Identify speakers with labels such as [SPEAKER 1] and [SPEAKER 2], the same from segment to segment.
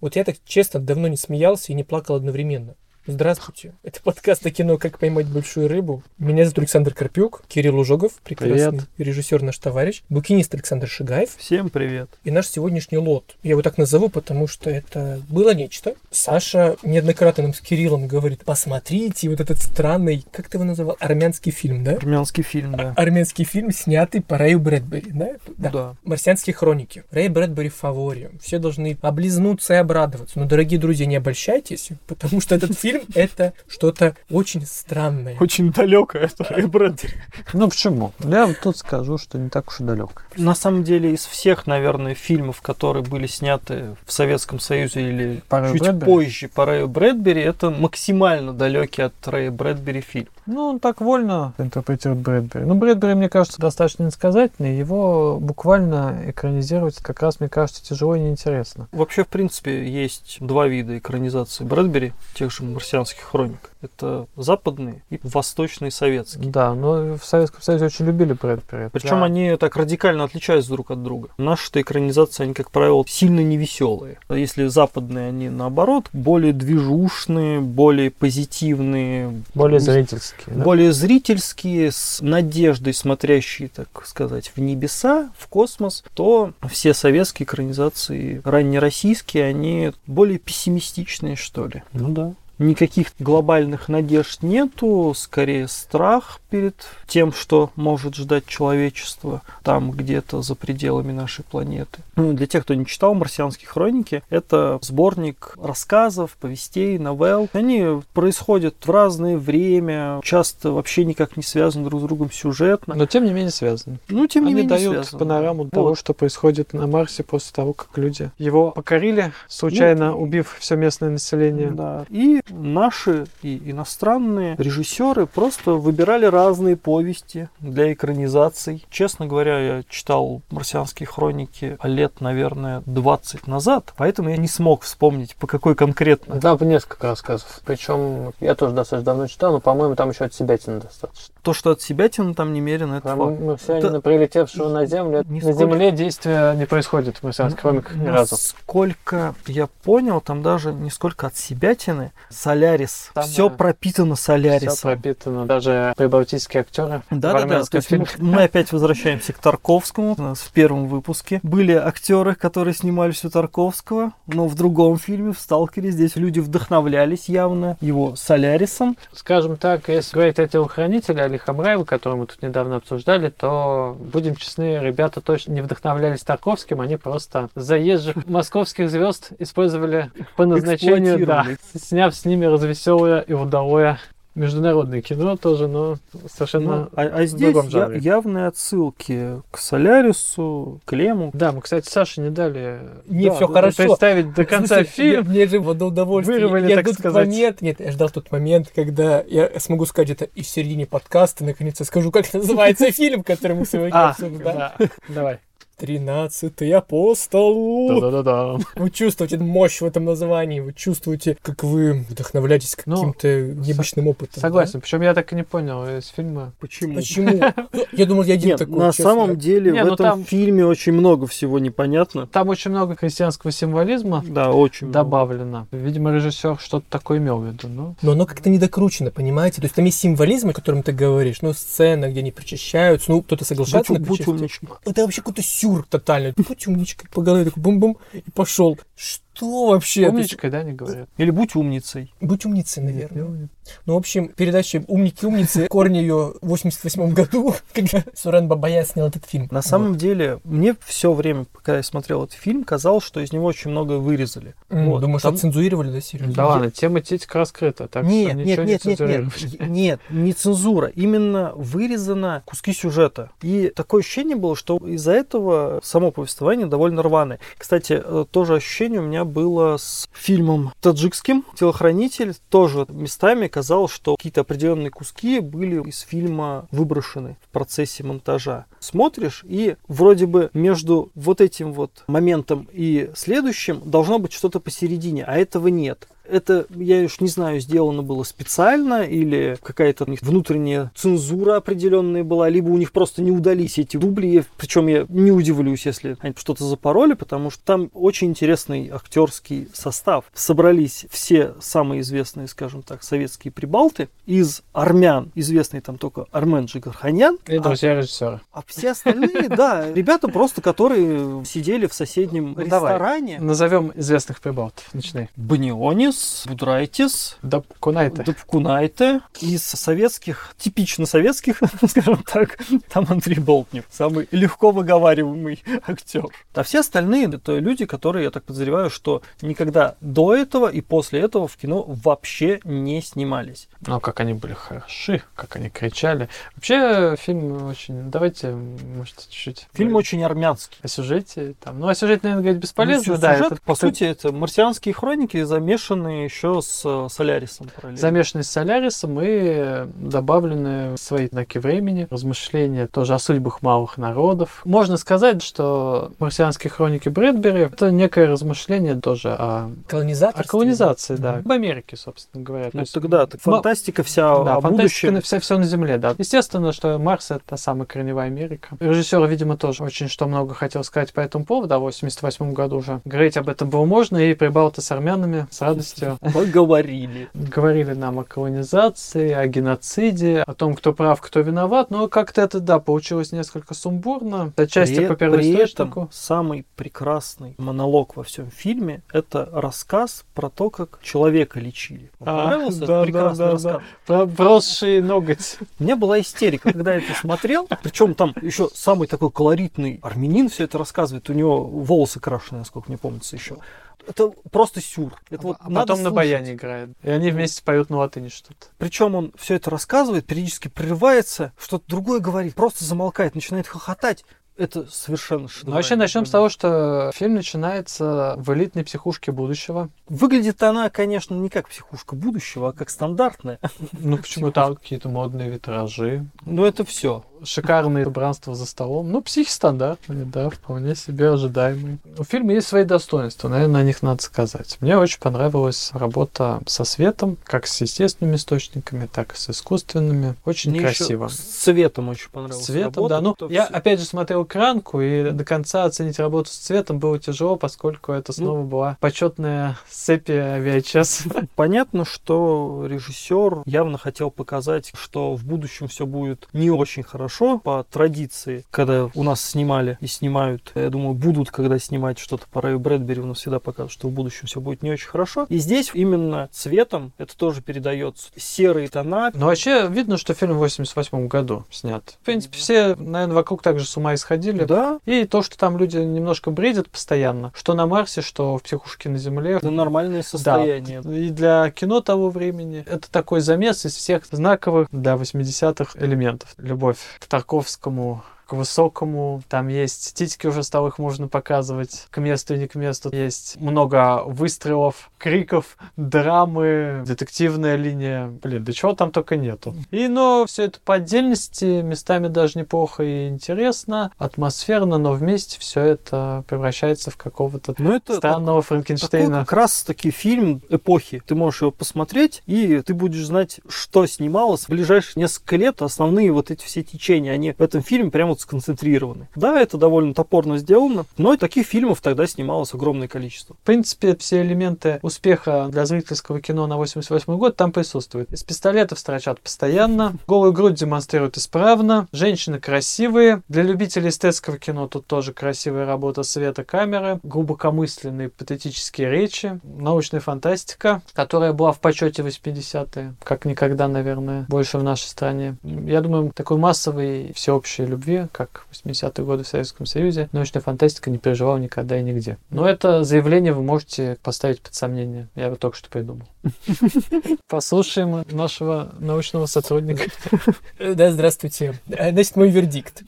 [SPEAKER 1] Вот я так честно давно не смеялся и не плакал одновременно. Здравствуйте. Это подкаст о кино «Как поймать большую рыбу». Меня зовут Александр Карпюк, Кирилл Ужогов, прекрасный
[SPEAKER 2] Привет.
[SPEAKER 1] режиссер наш товарищ, букинист Александр Шигаев
[SPEAKER 2] Всем привет.
[SPEAKER 1] и наш сегодняшний лот. Я его так назову, потому что это было нечто. Саша неоднократно нам с Кириллом говорит, посмотрите вот этот странный, как ты его называл, армянский фильм, да?
[SPEAKER 2] Армянский фильм, да.
[SPEAKER 1] Армянский фильм, снятый по Рэю Брэдбери, да? Да.
[SPEAKER 2] Да.
[SPEAKER 1] «Марсианские хроники». Рэй Брэдбери в фаворе. Все должны облизнуться и обрадоваться. Но, дорогие друзья, не обольщайтесь, потому что этот фильм — это что-то очень странное.
[SPEAKER 2] Очень далеко это Рэй Брэдбери.
[SPEAKER 3] Ну почему? Я вот тут скажу, что не так уж и далек.
[SPEAKER 2] На самом деле, из всех, наверное, фильмов, которые были сняты в Советском Союзе или
[SPEAKER 3] По Рэю
[SPEAKER 2] чуть
[SPEAKER 3] Брэдбери?
[SPEAKER 2] позже по Рэю Брэдбери, это максимально далекий от Рэя Брэдбери фильм.
[SPEAKER 3] Ну, он так вольно интерпретирует Брэдбери. Ну, Брэдбери, мне кажется, достаточно инсказательный. Его буквально экранизировать как раз, мне кажется, тяжело и неинтересно.
[SPEAKER 2] Вообще, в принципе, есть два вида экранизации Брэдбери, тех же марсианских хроник. Это западные и восточные советские.
[SPEAKER 3] Да, но в Советском Союзе очень любили Брэдбери.
[SPEAKER 2] Причем
[SPEAKER 3] Да.
[SPEAKER 2] они так радикально отличаются друг от друга. Наши-то экранизации, они, как правило, сильно невеселые. А если западные, они наоборот, более движушные, более позитивные,
[SPEAKER 3] более
[SPEAKER 2] не-
[SPEAKER 3] зрительские. да.
[SPEAKER 2] более зрительские, с надеждой смотрящие, так сказать, в небеса, в космос, то все советские экранизации, раннероссийские, они более пессимистичные, что ли.
[SPEAKER 3] Ну да.
[SPEAKER 2] Никаких глобальных надежд нету, скорее страх перед тем, что может ждать человечество там где-то за пределами нашей планеты. Ну, для тех, кто не читал «Марсианские хроники», это сборник рассказов, повестей, новелл. Они происходят в разное время, часто вообще никак не связаны друг с другом сюжетно.
[SPEAKER 3] Но тем не менее связаны.
[SPEAKER 2] Ну, тем не
[SPEAKER 3] они
[SPEAKER 2] менее,
[SPEAKER 3] дают
[SPEAKER 2] связаны.
[SPEAKER 3] панораму
[SPEAKER 2] Вот.
[SPEAKER 3] того, что происходит на Марсе после того, как люди его покорили, случайно убив все местное население.
[SPEAKER 2] Ну. Да. И наши, и иностранные режиссеры просто выбирали разные повести для экранизаций. Честно говоря, я читал «Марсианские хроники» лет, наверное, 20 назад, поэтому я не смог вспомнить, по какой конкретно.
[SPEAKER 4] Да, несколько рассказов. Причем я тоже достаточно давно читал, но, по-моему, там еще от себятина достаточно. ну,
[SPEAKER 2] То, что от себя тяну, там немерено, это
[SPEAKER 4] Прям
[SPEAKER 2] факт.
[SPEAKER 4] марсианина, прилетевшего на Землю, это-
[SPEAKER 2] Нисколько-
[SPEAKER 4] на Земле действия не происходит в марсианских
[SPEAKER 2] Ну,
[SPEAKER 4] хрониках ни разу.
[SPEAKER 2] Насколько я понял, там даже не сколько от себятины, солярис.
[SPEAKER 4] Самое-
[SPEAKER 2] Все пропитано солярисом.
[SPEAKER 4] Все э, пропитано, даже прибалтийские актеры. в
[SPEAKER 2] Да, да, да.
[SPEAKER 4] армянском фильме.
[SPEAKER 2] мы опять возвращаемся к Тарковскому. У нас в первом выпуске были актеры, которые снимались у Тарковского, но в другом фильме, в «Сталкере», здесь люди вдохновлялись явно его «Солярисом».
[SPEAKER 4] Скажем так, если говорить о телохранителе Али Хамраеву, которого мы тут недавно обсуждали, то, будем честны, ребята точно не вдохновлялись Тарковским, они просто заезжих московских звезд использовали по назначению, да,
[SPEAKER 2] Эксплуатировали.
[SPEAKER 4] сняв с ними развеселое и удалое международное кино тоже, но
[SPEAKER 2] Ну,
[SPEAKER 4] совершенно...
[SPEAKER 2] а, а
[SPEAKER 4] в
[SPEAKER 2] здесь
[SPEAKER 4] другом
[SPEAKER 2] я-
[SPEAKER 4] жанре.
[SPEAKER 2] явные отсылки к «Солярису», к «Лему».
[SPEAKER 4] Да, мы, кстати, Саше не дали
[SPEAKER 1] Не,
[SPEAKER 2] Да,
[SPEAKER 1] все
[SPEAKER 2] да,
[SPEAKER 1] хорошо.
[SPEAKER 4] представить до
[SPEAKER 1] В
[SPEAKER 4] конца
[SPEAKER 1] смысле,
[SPEAKER 4] фильм.
[SPEAKER 1] я- Мне же вот до удовольствия.
[SPEAKER 4] Вырвали,
[SPEAKER 1] я
[SPEAKER 4] так
[SPEAKER 1] жду тот
[SPEAKER 4] сказать.
[SPEAKER 1] момент. Нет, я ждал тот момент, когда я смогу сказать это и в середине подкаста, наконец я скажу, как называется фильм, который мы сегодня
[SPEAKER 4] А,
[SPEAKER 1] обсуждаем.
[SPEAKER 4] да. Давай.
[SPEAKER 1] Тринадцатый апостол.
[SPEAKER 4] Да-да-да.
[SPEAKER 1] Вы чувствуете мощь в этом названии, вы чувствуете, как вы вдохновляетесь
[SPEAKER 4] Ну,
[SPEAKER 1] каким-то необычным опытом. да?
[SPEAKER 4] Согласен, причем я так и не понял из фильма.
[SPEAKER 2] Почему?
[SPEAKER 1] Почему? Ну, Я думал, я один
[SPEAKER 2] Нет,
[SPEAKER 1] такой.
[SPEAKER 2] на
[SPEAKER 1] честно.
[SPEAKER 2] самом деле
[SPEAKER 4] Не,
[SPEAKER 2] в
[SPEAKER 4] ну
[SPEAKER 2] этом
[SPEAKER 4] там-
[SPEAKER 2] фильме очень много всего непонятно.
[SPEAKER 4] Там очень много христианского символизма
[SPEAKER 2] Да, очень много.
[SPEAKER 4] добавлено. Видимо, режиссер что-то такое имел в виду. Ну,
[SPEAKER 1] Но оно как-то недокручено, понимаете? То есть там есть символизм, о котором ты говоришь, ну, сцена, где они причащаются, ну, кто-то
[SPEAKER 2] Будь,
[SPEAKER 1] соглашается на
[SPEAKER 2] будь
[SPEAKER 1] причастие.
[SPEAKER 2] умничком.
[SPEAKER 1] Это вообще какой-то сюр тотальный. Будь умничкой по голове, такой бум-бум, и пошел. Что вообще? То есть,
[SPEAKER 4] умничкой, да, не говорят.
[SPEAKER 2] Или будь умницей.
[SPEAKER 1] будь умницей, наверное. Ну, в общем, передача «Умники-умницы» корни ее в 88 году, когда Сурен Бабая снял этот фильм.
[SPEAKER 2] На самом деле, мне все время, пока я смотрел этот фильм, казалось, что из него очень много вырезали.
[SPEAKER 1] Вот. М,
[SPEAKER 2] вот,
[SPEAKER 1] Думаешь,
[SPEAKER 2] там-
[SPEAKER 1] отцензурировали, да, серьезно?
[SPEAKER 4] Да ладно, тема титик раскрыта, так что
[SPEAKER 2] нет, нет,
[SPEAKER 4] ничего
[SPEAKER 2] нет,
[SPEAKER 4] не
[SPEAKER 2] нет, нет, нет, не цензура. Именно вырезаны куски сюжета. И такое ощущение было, что из-за этого само повествование довольно рваное. Кстати, э, тоже ощущение у меня было с фильмом таджикским «Телохранитель». Тоже местами казалось, что какие-то определенные куски были из фильма выброшены в процессе монтажа. Смотришь, и вроде бы между вот этим вот моментом и следующим должно быть что-то посередине, а этого нет. Это, я уж не знаю, сделано было специально, или какая-то у них внутренняя цензура определенная была, либо у них просто не удались эти дубли. Причем я не удивлюсь, если они что-то запороли, потому что там очень интересный актерский состав. Собрались все самые известные, скажем так, советские прибалты из армян, известный там только Армен Джигарханян.
[SPEAKER 4] И
[SPEAKER 2] а-
[SPEAKER 4] друзья режиссера.
[SPEAKER 2] а все остальные, да, ребята просто, которые сидели в соседнем
[SPEAKER 4] Ну, давай.
[SPEAKER 2] ресторане.
[SPEAKER 4] Назовем известных прибалтов. Начинай.
[SPEAKER 2] Банионис, Будрайтис,
[SPEAKER 4] Да, Кунайте.
[SPEAKER 2] Дубкунайте из советских, типично советских, скажем так, там Андрей Болтнев, самый легко выговариваемый актер. А все остальные это люди, которые, я так подозреваю, что никогда до этого и после этого в кино вообще не снимались.
[SPEAKER 4] Ну, как они были хороши, как они кричали. Вообще, фильм очень... Давайте, может, чуть-чуть...
[SPEAKER 2] Фильм
[SPEAKER 4] говорить
[SPEAKER 2] очень армянский.
[SPEAKER 4] О сюжете там. Ну, о сюжете, наверное, говорить бесполезно,
[SPEAKER 2] Ну,
[SPEAKER 4] да.
[SPEAKER 2] сюжет,
[SPEAKER 4] это
[SPEAKER 2] по
[SPEAKER 4] ты-
[SPEAKER 2] сути, это марсианские хроники, замешанные еще с э, Солярисом параллельно.
[SPEAKER 4] замешанный с Солярисом и добавлены свои знаки времени, размышления тоже о судьбах малых народов. Можно сказать, что «Марсианские хроники Брэдбери» — это некое размышление тоже о,
[SPEAKER 1] А, Колонизатор.
[SPEAKER 4] о колонизации, да,
[SPEAKER 1] Мгм.
[SPEAKER 4] в Америке, собственно говоря. То
[SPEAKER 2] Ну
[SPEAKER 4] есть,
[SPEAKER 2] тогда так,
[SPEAKER 4] ма-
[SPEAKER 2] фантастика вся
[SPEAKER 4] да,
[SPEAKER 2] о
[SPEAKER 4] фантастика
[SPEAKER 2] будущем.
[SPEAKER 4] на все, все на Земле, да. Естественно, что Марс — это та самая корневая Америка. Режиссер, видимо, тоже очень что много хотел сказать по этому поводу, а в 88 году уже говорить об этом было можно, и прибалты с армянами с радостью
[SPEAKER 2] Поговорили.
[SPEAKER 4] говорили нам о колонизации, о геноциде, о том, кто прав, кто виноват, но как-то это, да, получилось несколько сумбурно, отчасти
[SPEAKER 2] При-
[SPEAKER 4] по
[SPEAKER 2] при
[SPEAKER 4] первоисточнику.
[SPEAKER 2] этом самый прекрасный монолог во всем фильме – это рассказ про то, как человека лечили. Вам
[SPEAKER 4] А,
[SPEAKER 2] понравился этот
[SPEAKER 4] да,
[SPEAKER 2] прекрасный
[SPEAKER 4] да, да,
[SPEAKER 2] рассказ?
[SPEAKER 4] Про бросший ноготь.
[SPEAKER 2] У меня была истерика, когда я это смотрел. Причем там еще самый такой колоритный армянин все это рассказывает. У него волосы крашеные, насколько мне помнится еще. Это просто сюр. Это вот
[SPEAKER 4] а
[SPEAKER 2] надо
[SPEAKER 4] потом на
[SPEAKER 2] слушать.
[SPEAKER 4] баяне играет. И они вместе поют на латыни что-то.
[SPEAKER 2] Причем он все это рассказывает, периодически прерывается, что-то другое говорит, просто замолкает, начинает хохотать. Это совершенно
[SPEAKER 4] Ну,
[SPEAKER 2] шедеврально.
[SPEAKER 4] вообще начнем с того, что фильм начинается в элитной психушке будущего.
[SPEAKER 2] Выглядит она, конечно, не как психушка будущего, а как стандартная.
[SPEAKER 4] Ну, почему там какие-то модные витражи,
[SPEAKER 2] Но это все.
[SPEAKER 4] шикарные убранства за столом. Ну, психи стандартные, да, вполне себе ожидаемые. У фильма есть свои достоинства, наверное, о них надо сказать. Мне очень понравилась работа со светом, как с естественными источниками, так и с искусственными. Очень красиво.
[SPEAKER 2] С цветом очень понравилось.
[SPEAKER 4] С цветом, да. Ну, я опять же смотрел экранку, и до конца оценить работу с цветом было тяжело, поскольку это снова была почетная сепия VHS.
[SPEAKER 2] Ну, Понятно, что режиссер явно хотел показать, что в будущем все будет не очень хорошо по традиции, когда у нас снимали и снимают. Я думаю, будут, когда снимать что-то по Раю Брэдбери, у нас всегда покажут, что в будущем все будет не очень хорошо. И здесь именно цветом это тоже передается. Серые тона,
[SPEAKER 4] Ну, вообще, видно, что фильм в 88 году снят. В принципе, все, наверное, вокруг также с ума исходили.
[SPEAKER 2] да,
[SPEAKER 4] И то, что там люди немножко бредят постоянно, что на Марсе, что в психушке на Земле.
[SPEAKER 2] это нормальное состояние.
[SPEAKER 4] Ну И для кино того времени это такой замес из всех знаковых для 80-х элементов. Любовь к Тарковскому, к высокому. Там есть титьки уже стало их можно показывать к месту и не к месту. Есть много выстрелов, криков, драмы, детективная линия. Блин, да чего там только нету. И, но все это по отдельности, местами даже неплохо и интересно, атмосферно, но вместе все это превращается в какого-то
[SPEAKER 2] Но это Такой
[SPEAKER 4] странного
[SPEAKER 2] А
[SPEAKER 4] Франкенштейна.
[SPEAKER 2] как раз таки фильм эпохи. Ты можешь его посмотреть, и ты будешь знать, что снималось в ближайшие несколько лет. Основные вот эти все течения, они в этом фильме прямо вот сконцентрированы. Да, это довольно топорно сделано, но и таких фильмов тогда снималось огромное количество.
[SPEAKER 4] В принципе, все элементы успеха для зрительского кино на 88 год там присутствуют. Из пистолетов строчат постоянно, голую грудь демонстрируют исправно, женщины красивые. Для любителей эстетского кино тут тоже красивая работа света камеры, глубокомысленные патетические речи, научная фантастика, которая была в почете 80-е, как никогда, наверное, больше в нашей стране. Я думаю, такой массовой и всеобщей любви, как в 80-е годы в Советском Союзе, научная фантастика не переживала никогда и нигде. Но это заявление вы можете поставить под сомнение. Я его только что придумал. Послушаем нашего научного сотрудника.
[SPEAKER 1] Э, Да, здравствуйте. Э, Значит, мой вердикт.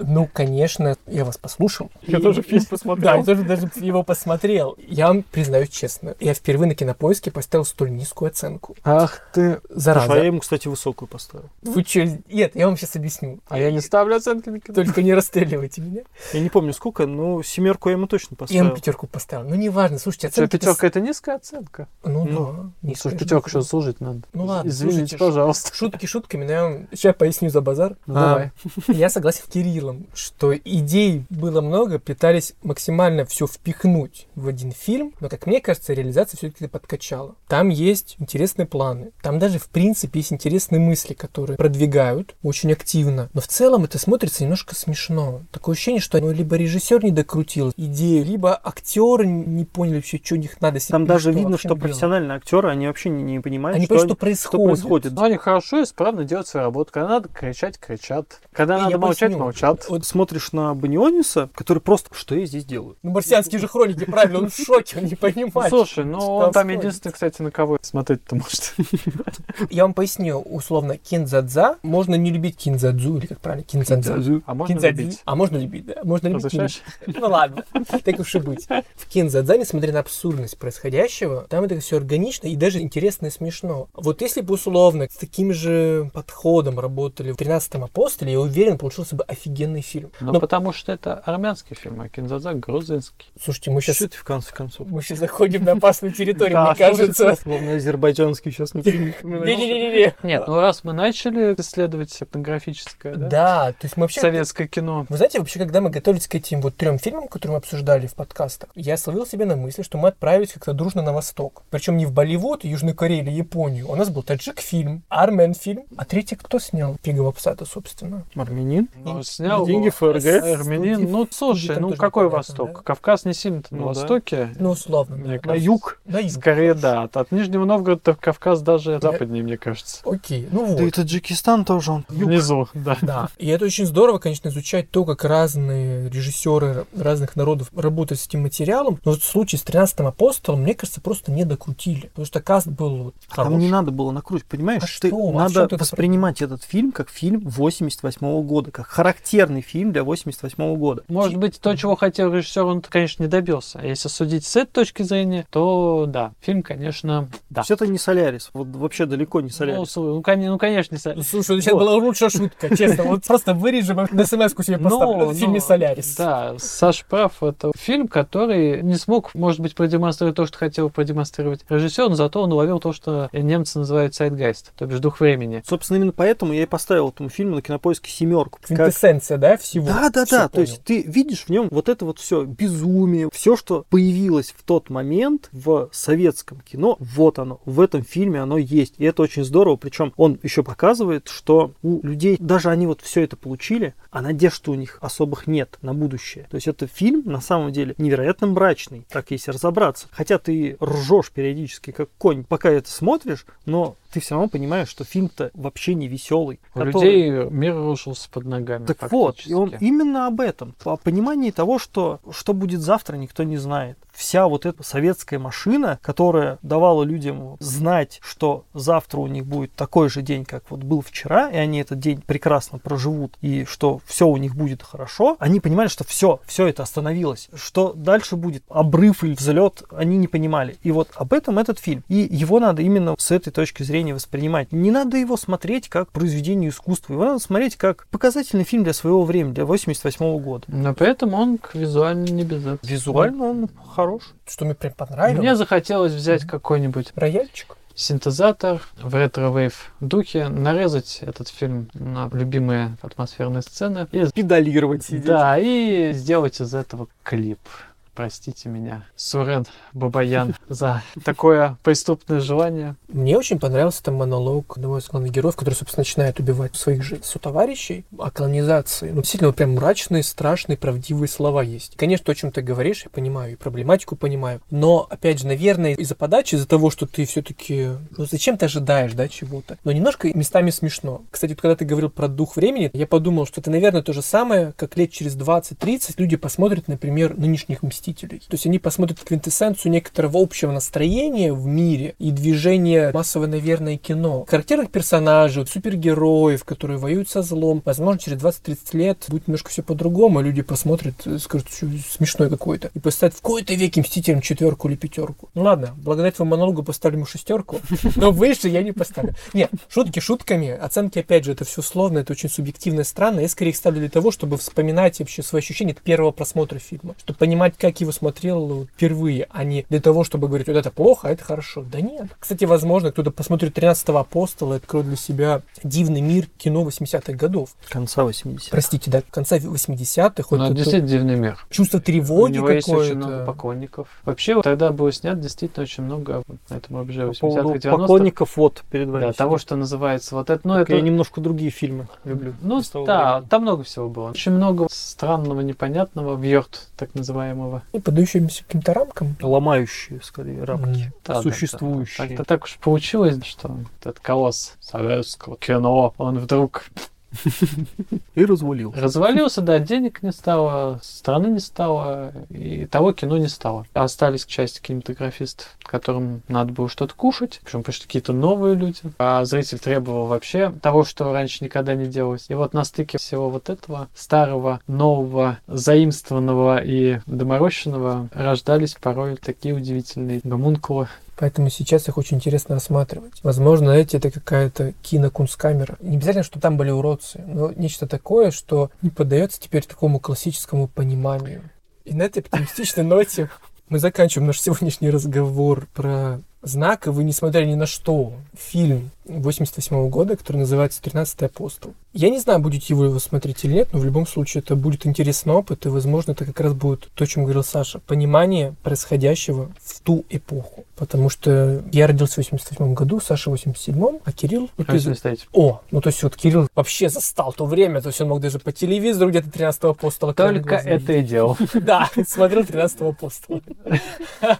[SPEAKER 1] Ну, конечно, я вас послушал.
[SPEAKER 2] Я тоже фильм
[SPEAKER 1] Да, я
[SPEAKER 2] посмотрел.
[SPEAKER 1] тоже даже его посмотрел. Я вам признаюсь честно, я впервые на кинопоиске поставил столь низкую оценку.
[SPEAKER 4] Ах ты...
[SPEAKER 2] А
[SPEAKER 1] Зараза.
[SPEAKER 2] я ему, кстати, высокую поставил.
[SPEAKER 1] Вы че? Нет, я вам сейчас объясню.
[SPEAKER 4] А я не ставлю оценки
[SPEAKER 3] для кино.
[SPEAKER 1] Только не расстреливайте меня.
[SPEAKER 2] Я не помню сколько, но семерку я ему точно
[SPEAKER 1] Я
[SPEAKER 2] поставил.
[SPEAKER 1] ему пятерку поставил. Ну, неважно, слушайте,
[SPEAKER 4] Что,
[SPEAKER 1] оценки...
[SPEAKER 4] пятерка это низкая оценка?
[SPEAKER 1] Ну,
[SPEAKER 2] Ну,
[SPEAKER 1] да. не
[SPEAKER 4] Слушай,
[SPEAKER 1] скажу.
[SPEAKER 4] пятерку еще служить надо.
[SPEAKER 1] Ну ладно,
[SPEAKER 4] Извините,
[SPEAKER 1] слушайте,
[SPEAKER 4] пожалуйста.
[SPEAKER 1] Шутки шутками, но я вам сейчас поясню за базар.
[SPEAKER 4] Ну,
[SPEAKER 2] А.
[SPEAKER 4] давай.
[SPEAKER 1] Я согласен с Кириллом, что идей было много, пытались максимально все впихнуть в один фильм, но, как мне кажется, реализация все-таки подкачала. Там есть интересные планы, там даже, в принципе, есть интересные мысли, которые продвигают очень активно, но в целом это смотрится немножко смешно. Такое ощущение, что ну, либо режиссер не докрутил идею, либо актеры не поняли вообще, что у них надо. с
[SPEAKER 2] Там
[SPEAKER 1] ним, что
[SPEAKER 2] даже видно,
[SPEAKER 1] вообще
[SPEAKER 2] что
[SPEAKER 1] делать.
[SPEAKER 2] профессиональные актеры, они вообще не, не понимают,
[SPEAKER 1] Они
[SPEAKER 2] что,
[SPEAKER 1] понимают, что
[SPEAKER 2] они- что
[SPEAKER 1] происходит.
[SPEAKER 2] происходит.
[SPEAKER 4] Но они хорошо, исправно делают свою работу. Когда надо кричать, кричат. Когда
[SPEAKER 1] Я
[SPEAKER 4] надо молчать,
[SPEAKER 1] поясню.
[SPEAKER 4] молчат.
[SPEAKER 1] Вот,
[SPEAKER 2] Смотришь на Баниониса, который просто, что я здесь делаю?
[SPEAKER 1] ну, марсианские же хроники, правильно, он в шоке, он не
[SPEAKER 4] Ну,
[SPEAKER 1] понимает.
[SPEAKER 4] слушай, ну
[SPEAKER 1] что
[SPEAKER 4] он там
[SPEAKER 1] происходит.
[SPEAKER 4] единственный, кстати, на кого смотреть-то может.
[SPEAKER 1] Я вам поясню, условно, кинзадза, можно не любить кинзадзу, или как правильно, кинзадза.
[SPEAKER 4] А можно
[SPEAKER 1] Кинзадзи.
[SPEAKER 4] любить.
[SPEAKER 1] А можно любить, да. Можно любить. не
[SPEAKER 4] Разрешаешь?
[SPEAKER 1] любить. Ну ладно, так уж и быть. В кинзадзе, несмотря на абсурдность происходящего, там это все органично и даже интересно и смешно. Вот если бы условно с таким же подходом работали в 13-м апостоле, я уверен, получился бы офигенный фильм.
[SPEAKER 4] Ну,
[SPEAKER 1] Но-
[SPEAKER 4] потому что это армянский фильм, а Кинзадза грузинский.
[SPEAKER 1] Слушайте, мы сейчас
[SPEAKER 2] Что ты в конце концов?
[SPEAKER 1] мы сейчас заходим на опасную территорию,
[SPEAKER 4] Да,
[SPEAKER 1] мне кажется.
[SPEAKER 2] Словно азербайджанский сейчас не
[SPEAKER 1] Не-не-не-не.
[SPEAKER 4] Нет, ну раз мы начали исследовать этнографическое, да?
[SPEAKER 1] Да, то есть мы вообще
[SPEAKER 4] Советское кино.
[SPEAKER 1] Вы знаете, вообще, когда мы готовились к этим вот трем фильмам, которые мы обсуждали в подкастах, я словил себе на мысли, что мы отправились как-то дружно на восток. Причем не в Болливуд, Южную Корею или Японию. У нас был таджик-фильм, армен-фильм. А третий кто снял? Пигового псата, собственно.
[SPEAKER 2] Армянин?
[SPEAKER 4] Ну, снял
[SPEAKER 2] Деньги
[SPEAKER 4] его
[SPEAKER 2] ФРГ.
[SPEAKER 4] армянин. Ну, слушай,
[SPEAKER 1] там
[SPEAKER 4] ну
[SPEAKER 1] тоже
[SPEAKER 4] какой
[SPEAKER 1] непонятно,
[SPEAKER 4] Восток?
[SPEAKER 1] да?
[SPEAKER 4] Кавказ не сильно-то на
[SPEAKER 2] Ну да.
[SPEAKER 4] Востоке.
[SPEAKER 1] Ну, условно.
[SPEAKER 4] Мне
[SPEAKER 1] да.
[SPEAKER 4] кажется. На юг.
[SPEAKER 1] На юг.
[SPEAKER 4] Скорее, да. От, от Нижнего Новгорода в Кавказ даже западнее, мне кажется.
[SPEAKER 1] Окей, ну вот.
[SPEAKER 2] Да и Таджикистан тоже он.
[SPEAKER 4] Внизу, да.
[SPEAKER 1] Да. И это очень здорово, конечно, изучать то, как разные режиссеры разных народов работают с этим материалом. Но вот в случае с 13 апостолом, мне кажется, просто не докрутили. Потому что каст был вот
[SPEAKER 2] А Там не
[SPEAKER 1] хороший.
[SPEAKER 2] надо было накрутить, понимаешь?
[SPEAKER 1] А что?
[SPEAKER 2] ты,
[SPEAKER 1] А в чем
[SPEAKER 2] надо
[SPEAKER 1] тут-
[SPEAKER 2] воспринимать этот фильм как фильм 88 года, как характерный фильм для 88 года.
[SPEAKER 4] Может быть, то, чего хотел режиссер, он, конечно, не добился. А если судить с этой точки зрения, то да, фильм, конечно, да.
[SPEAKER 2] Все это не Солярис, вот вообще далеко не
[SPEAKER 4] Ну,
[SPEAKER 2] Солярис.
[SPEAKER 4] слу- ну, кон- ну, конечно, не Солярис.
[SPEAKER 1] Слушай, сейчас
[SPEAKER 4] Вот.
[SPEAKER 1] была лучшая шутка, честно. Вот просто вырежем и на смс-ку себе поставлю.
[SPEAKER 4] Ну,
[SPEAKER 1] В фильме
[SPEAKER 4] ну,
[SPEAKER 1] «Солярис».
[SPEAKER 4] Да, Саш прав. Это фильм, который не смог, может быть, продемонстрировать то, что хотел продемонстрировать режиссер, но зато он уловил то, что немцы называют сайдгайст, то бишь дух времени.
[SPEAKER 2] Собственно, именно поэтому я и поставил этому фильму на кинопоиске семерку.
[SPEAKER 1] Квинтэссенция, да, всего?
[SPEAKER 2] Да, да,
[SPEAKER 1] Всё
[SPEAKER 2] да. То
[SPEAKER 1] понял.
[SPEAKER 2] есть ты видишь в нем вот это вот все безумие, все, что появилось в тот момент в советском кино, вот оно, в этом фильме оно есть. И это очень здорово. Причем он еще показывает, что у людей, даже они вот все это получили, а надежд у них особых нет на будущее. То есть это фильм на самом деле невероятно мрачный, так если разобраться. Хотя ты ржешь периодически как конь, пока это смотришь, но ты все равно понимаешь, что фильм-то вообще не веселый.
[SPEAKER 4] У людей мир рушился под ногами.
[SPEAKER 2] Так вот, и он
[SPEAKER 4] фактически.
[SPEAKER 2] именно об этом, о понимании того, что что будет завтра, никто не знает. Вся вот эта советская машина, которая давала людям знать, что завтра у них будет такой же день, как вот был вчера, и они этот день прекрасно проживут, и что все у них будет хорошо, они понимали, что все, все это остановилось, что дальше будет обрыв или взлет, они не понимали. И вот об этом этот фильм. И его надо именно с этой точки зрения воспринимать. Не надо его смотреть как произведение искусства, его надо смотреть как показательный фильм для своего времени, для 88 года.
[SPEAKER 4] Но при этом он к- визуально не без этого.
[SPEAKER 2] Визуально он хорош.
[SPEAKER 1] Что мне прям понравилось.
[SPEAKER 4] Мне захотелось взять какой-нибудь
[SPEAKER 1] Рояльчик.
[SPEAKER 4] синтезатор в ретро-вейв духе, нарезать этот фильм на любимые атмосферные сцены. И,
[SPEAKER 2] Педалировать
[SPEAKER 4] да, и сделать из этого клип. Простите меня, Сурен Бабаян, за такое преступное желание.
[SPEAKER 1] Мне очень понравился там монолог одного из главных героев, который, собственно, начинает убивать своих же сотоварищей о колонизации. Ну, действительно, вот прям мрачные, страшные, правдивые слова есть. Конечно, то, о чем ты говоришь, я понимаю, и проблематику понимаю. Но, опять же, наверное, из-за подачи, из-за того, что ты все-таки... Ну, зачем ты ожидаешь, да, чего-то? Но немножко местами смешно. Кстати, вот когда ты говорил про дух времени, я подумал, что это, наверное, то же самое, как лет через 20-30 люди посмотрят, например, нынешних «Мстителей», «Мстителей». То есть они посмотрят квинтэссенцию некоторого общего настроения в мире и движения массово, наверное, кино. Характерных персонажей, супергероев, которые воюют со злом. Возможно, через 20-30 лет будет немножко все по-другому, люди посмотрят, э, скажут, что смешной какой-то, и поставят в какой-то веке «Мстителям» четверку или пятерку. Ну ладно, благодаря твоему монологу поставлю ему шестерку, но выше я не поставлю. Нет, шутки шутками, оценки, опять же, это все словно, это очень субъективно и странно. Я скорее их ставлю для того, чтобы вспоминать вообще свои ощущения от первого просмотра фильма, чтобы понимать, как его смотрел впервые, а не для того, чтобы говорить, вот это плохо, а это хорошо. Да нет. Кстати, возможно, кто-то посмотрит 13-го апостола и откроет для себя дивный мир кино 80-х годов.
[SPEAKER 2] Конца 80-х.
[SPEAKER 1] Простите, да, конца 80-х. вот
[SPEAKER 4] Ну, это
[SPEAKER 1] это
[SPEAKER 4] действительно дивный мир.
[SPEAKER 1] Чувство
[SPEAKER 4] У
[SPEAKER 1] тревоги
[SPEAKER 4] него есть очень много
[SPEAKER 1] какое-то.
[SPEAKER 4] поклонников. Вообще, вот тогда было снято действительно очень много вот на этом рубеже
[SPEAKER 2] По
[SPEAKER 4] 80-х
[SPEAKER 2] поводу
[SPEAKER 4] и 90-х.
[SPEAKER 2] поклонников, вот, перед вами.
[SPEAKER 4] Да, того,
[SPEAKER 2] сидит.
[SPEAKER 4] что называется вот это, ну,
[SPEAKER 2] Так
[SPEAKER 4] это
[SPEAKER 2] Я немножко другие фильмы люблю.
[SPEAKER 4] Ну,
[SPEAKER 2] с того
[SPEAKER 4] да,
[SPEAKER 2] времени.
[SPEAKER 4] там много всего было. Очень много странного, непонятного, вьорт, так называемого.
[SPEAKER 1] И поддающимся каким-то рамкам.
[SPEAKER 2] Ломающие, скорее, рамки.
[SPEAKER 1] М.
[SPEAKER 4] Да, да, да.
[SPEAKER 2] Существующие.
[SPEAKER 4] Так-то так уж получилось, что этот колосс советского кино, он вдруг
[SPEAKER 2] И развалил.
[SPEAKER 4] развалился, да, денег не стало, страны не стало, и того кино не стало. Остались, к счастью, кинематографистов, которым надо было что-то кушать, причем пришли какие-то новые люди, а зритель требовал вообще того, что раньше никогда не делалось. И вот на стыке всего вот этого старого, нового, заимствованного и доморощенного рождались порой такие удивительные гомункулы.
[SPEAKER 1] Поэтому сейчас их очень интересно рассматривать. Возможно, эти это какая-то кинокунсткамера. Не обязательно, что там были уродцы, но нечто такое, что не поддается теперь такому классическому пониманию. И на этой оптимистичной ноте мы заканчиваем наш сегодняшний разговор про знаковый, несмотря ни на что, фильм 88 года, который называется «13-й апостол». Я не знаю, будете вы его смотреть или нет, но в любом случае это будет интересный опыт, и, возможно, это как раз будет то, о чем говорил Саша, понимание происходящего в ту эпоху. Потому что я родился в 88 году, Саша в 87, а Кирилл... ну, ты-
[SPEAKER 4] Как вы считаете?
[SPEAKER 1] О, ну то есть вот Кирилл вообще застал то время, то есть он мог даже по телевизору где-то 13-го апостола... краем
[SPEAKER 4] Только
[SPEAKER 1] глаза
[SPEAKER 4] это и делал.
[SPEAKER 1] видеть. Да, смотрел 13-го апостола.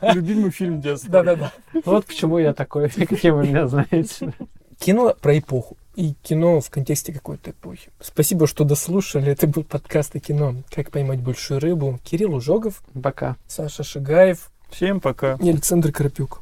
[SPEAKER 2] Любимый фильм детства.
[SPEAKER 1] Да-да-да.
[SPEAKER 4] Вот почему я такой, каким вы меня знаете.
[SPEAKER 1] кино про эпоху и кино в контексте какой-то эпохи. Спасибо, что дослушали. Это был подкаст о кино «Как поймать большую рыбу». Кирилл Ужогов,
[SPEAKER 4] Пока.
[SPEAKER 1] Саша Шигаев
[SPEAKER 2] Всем пока.
[SPEAKER 1] и Александр Карпюк.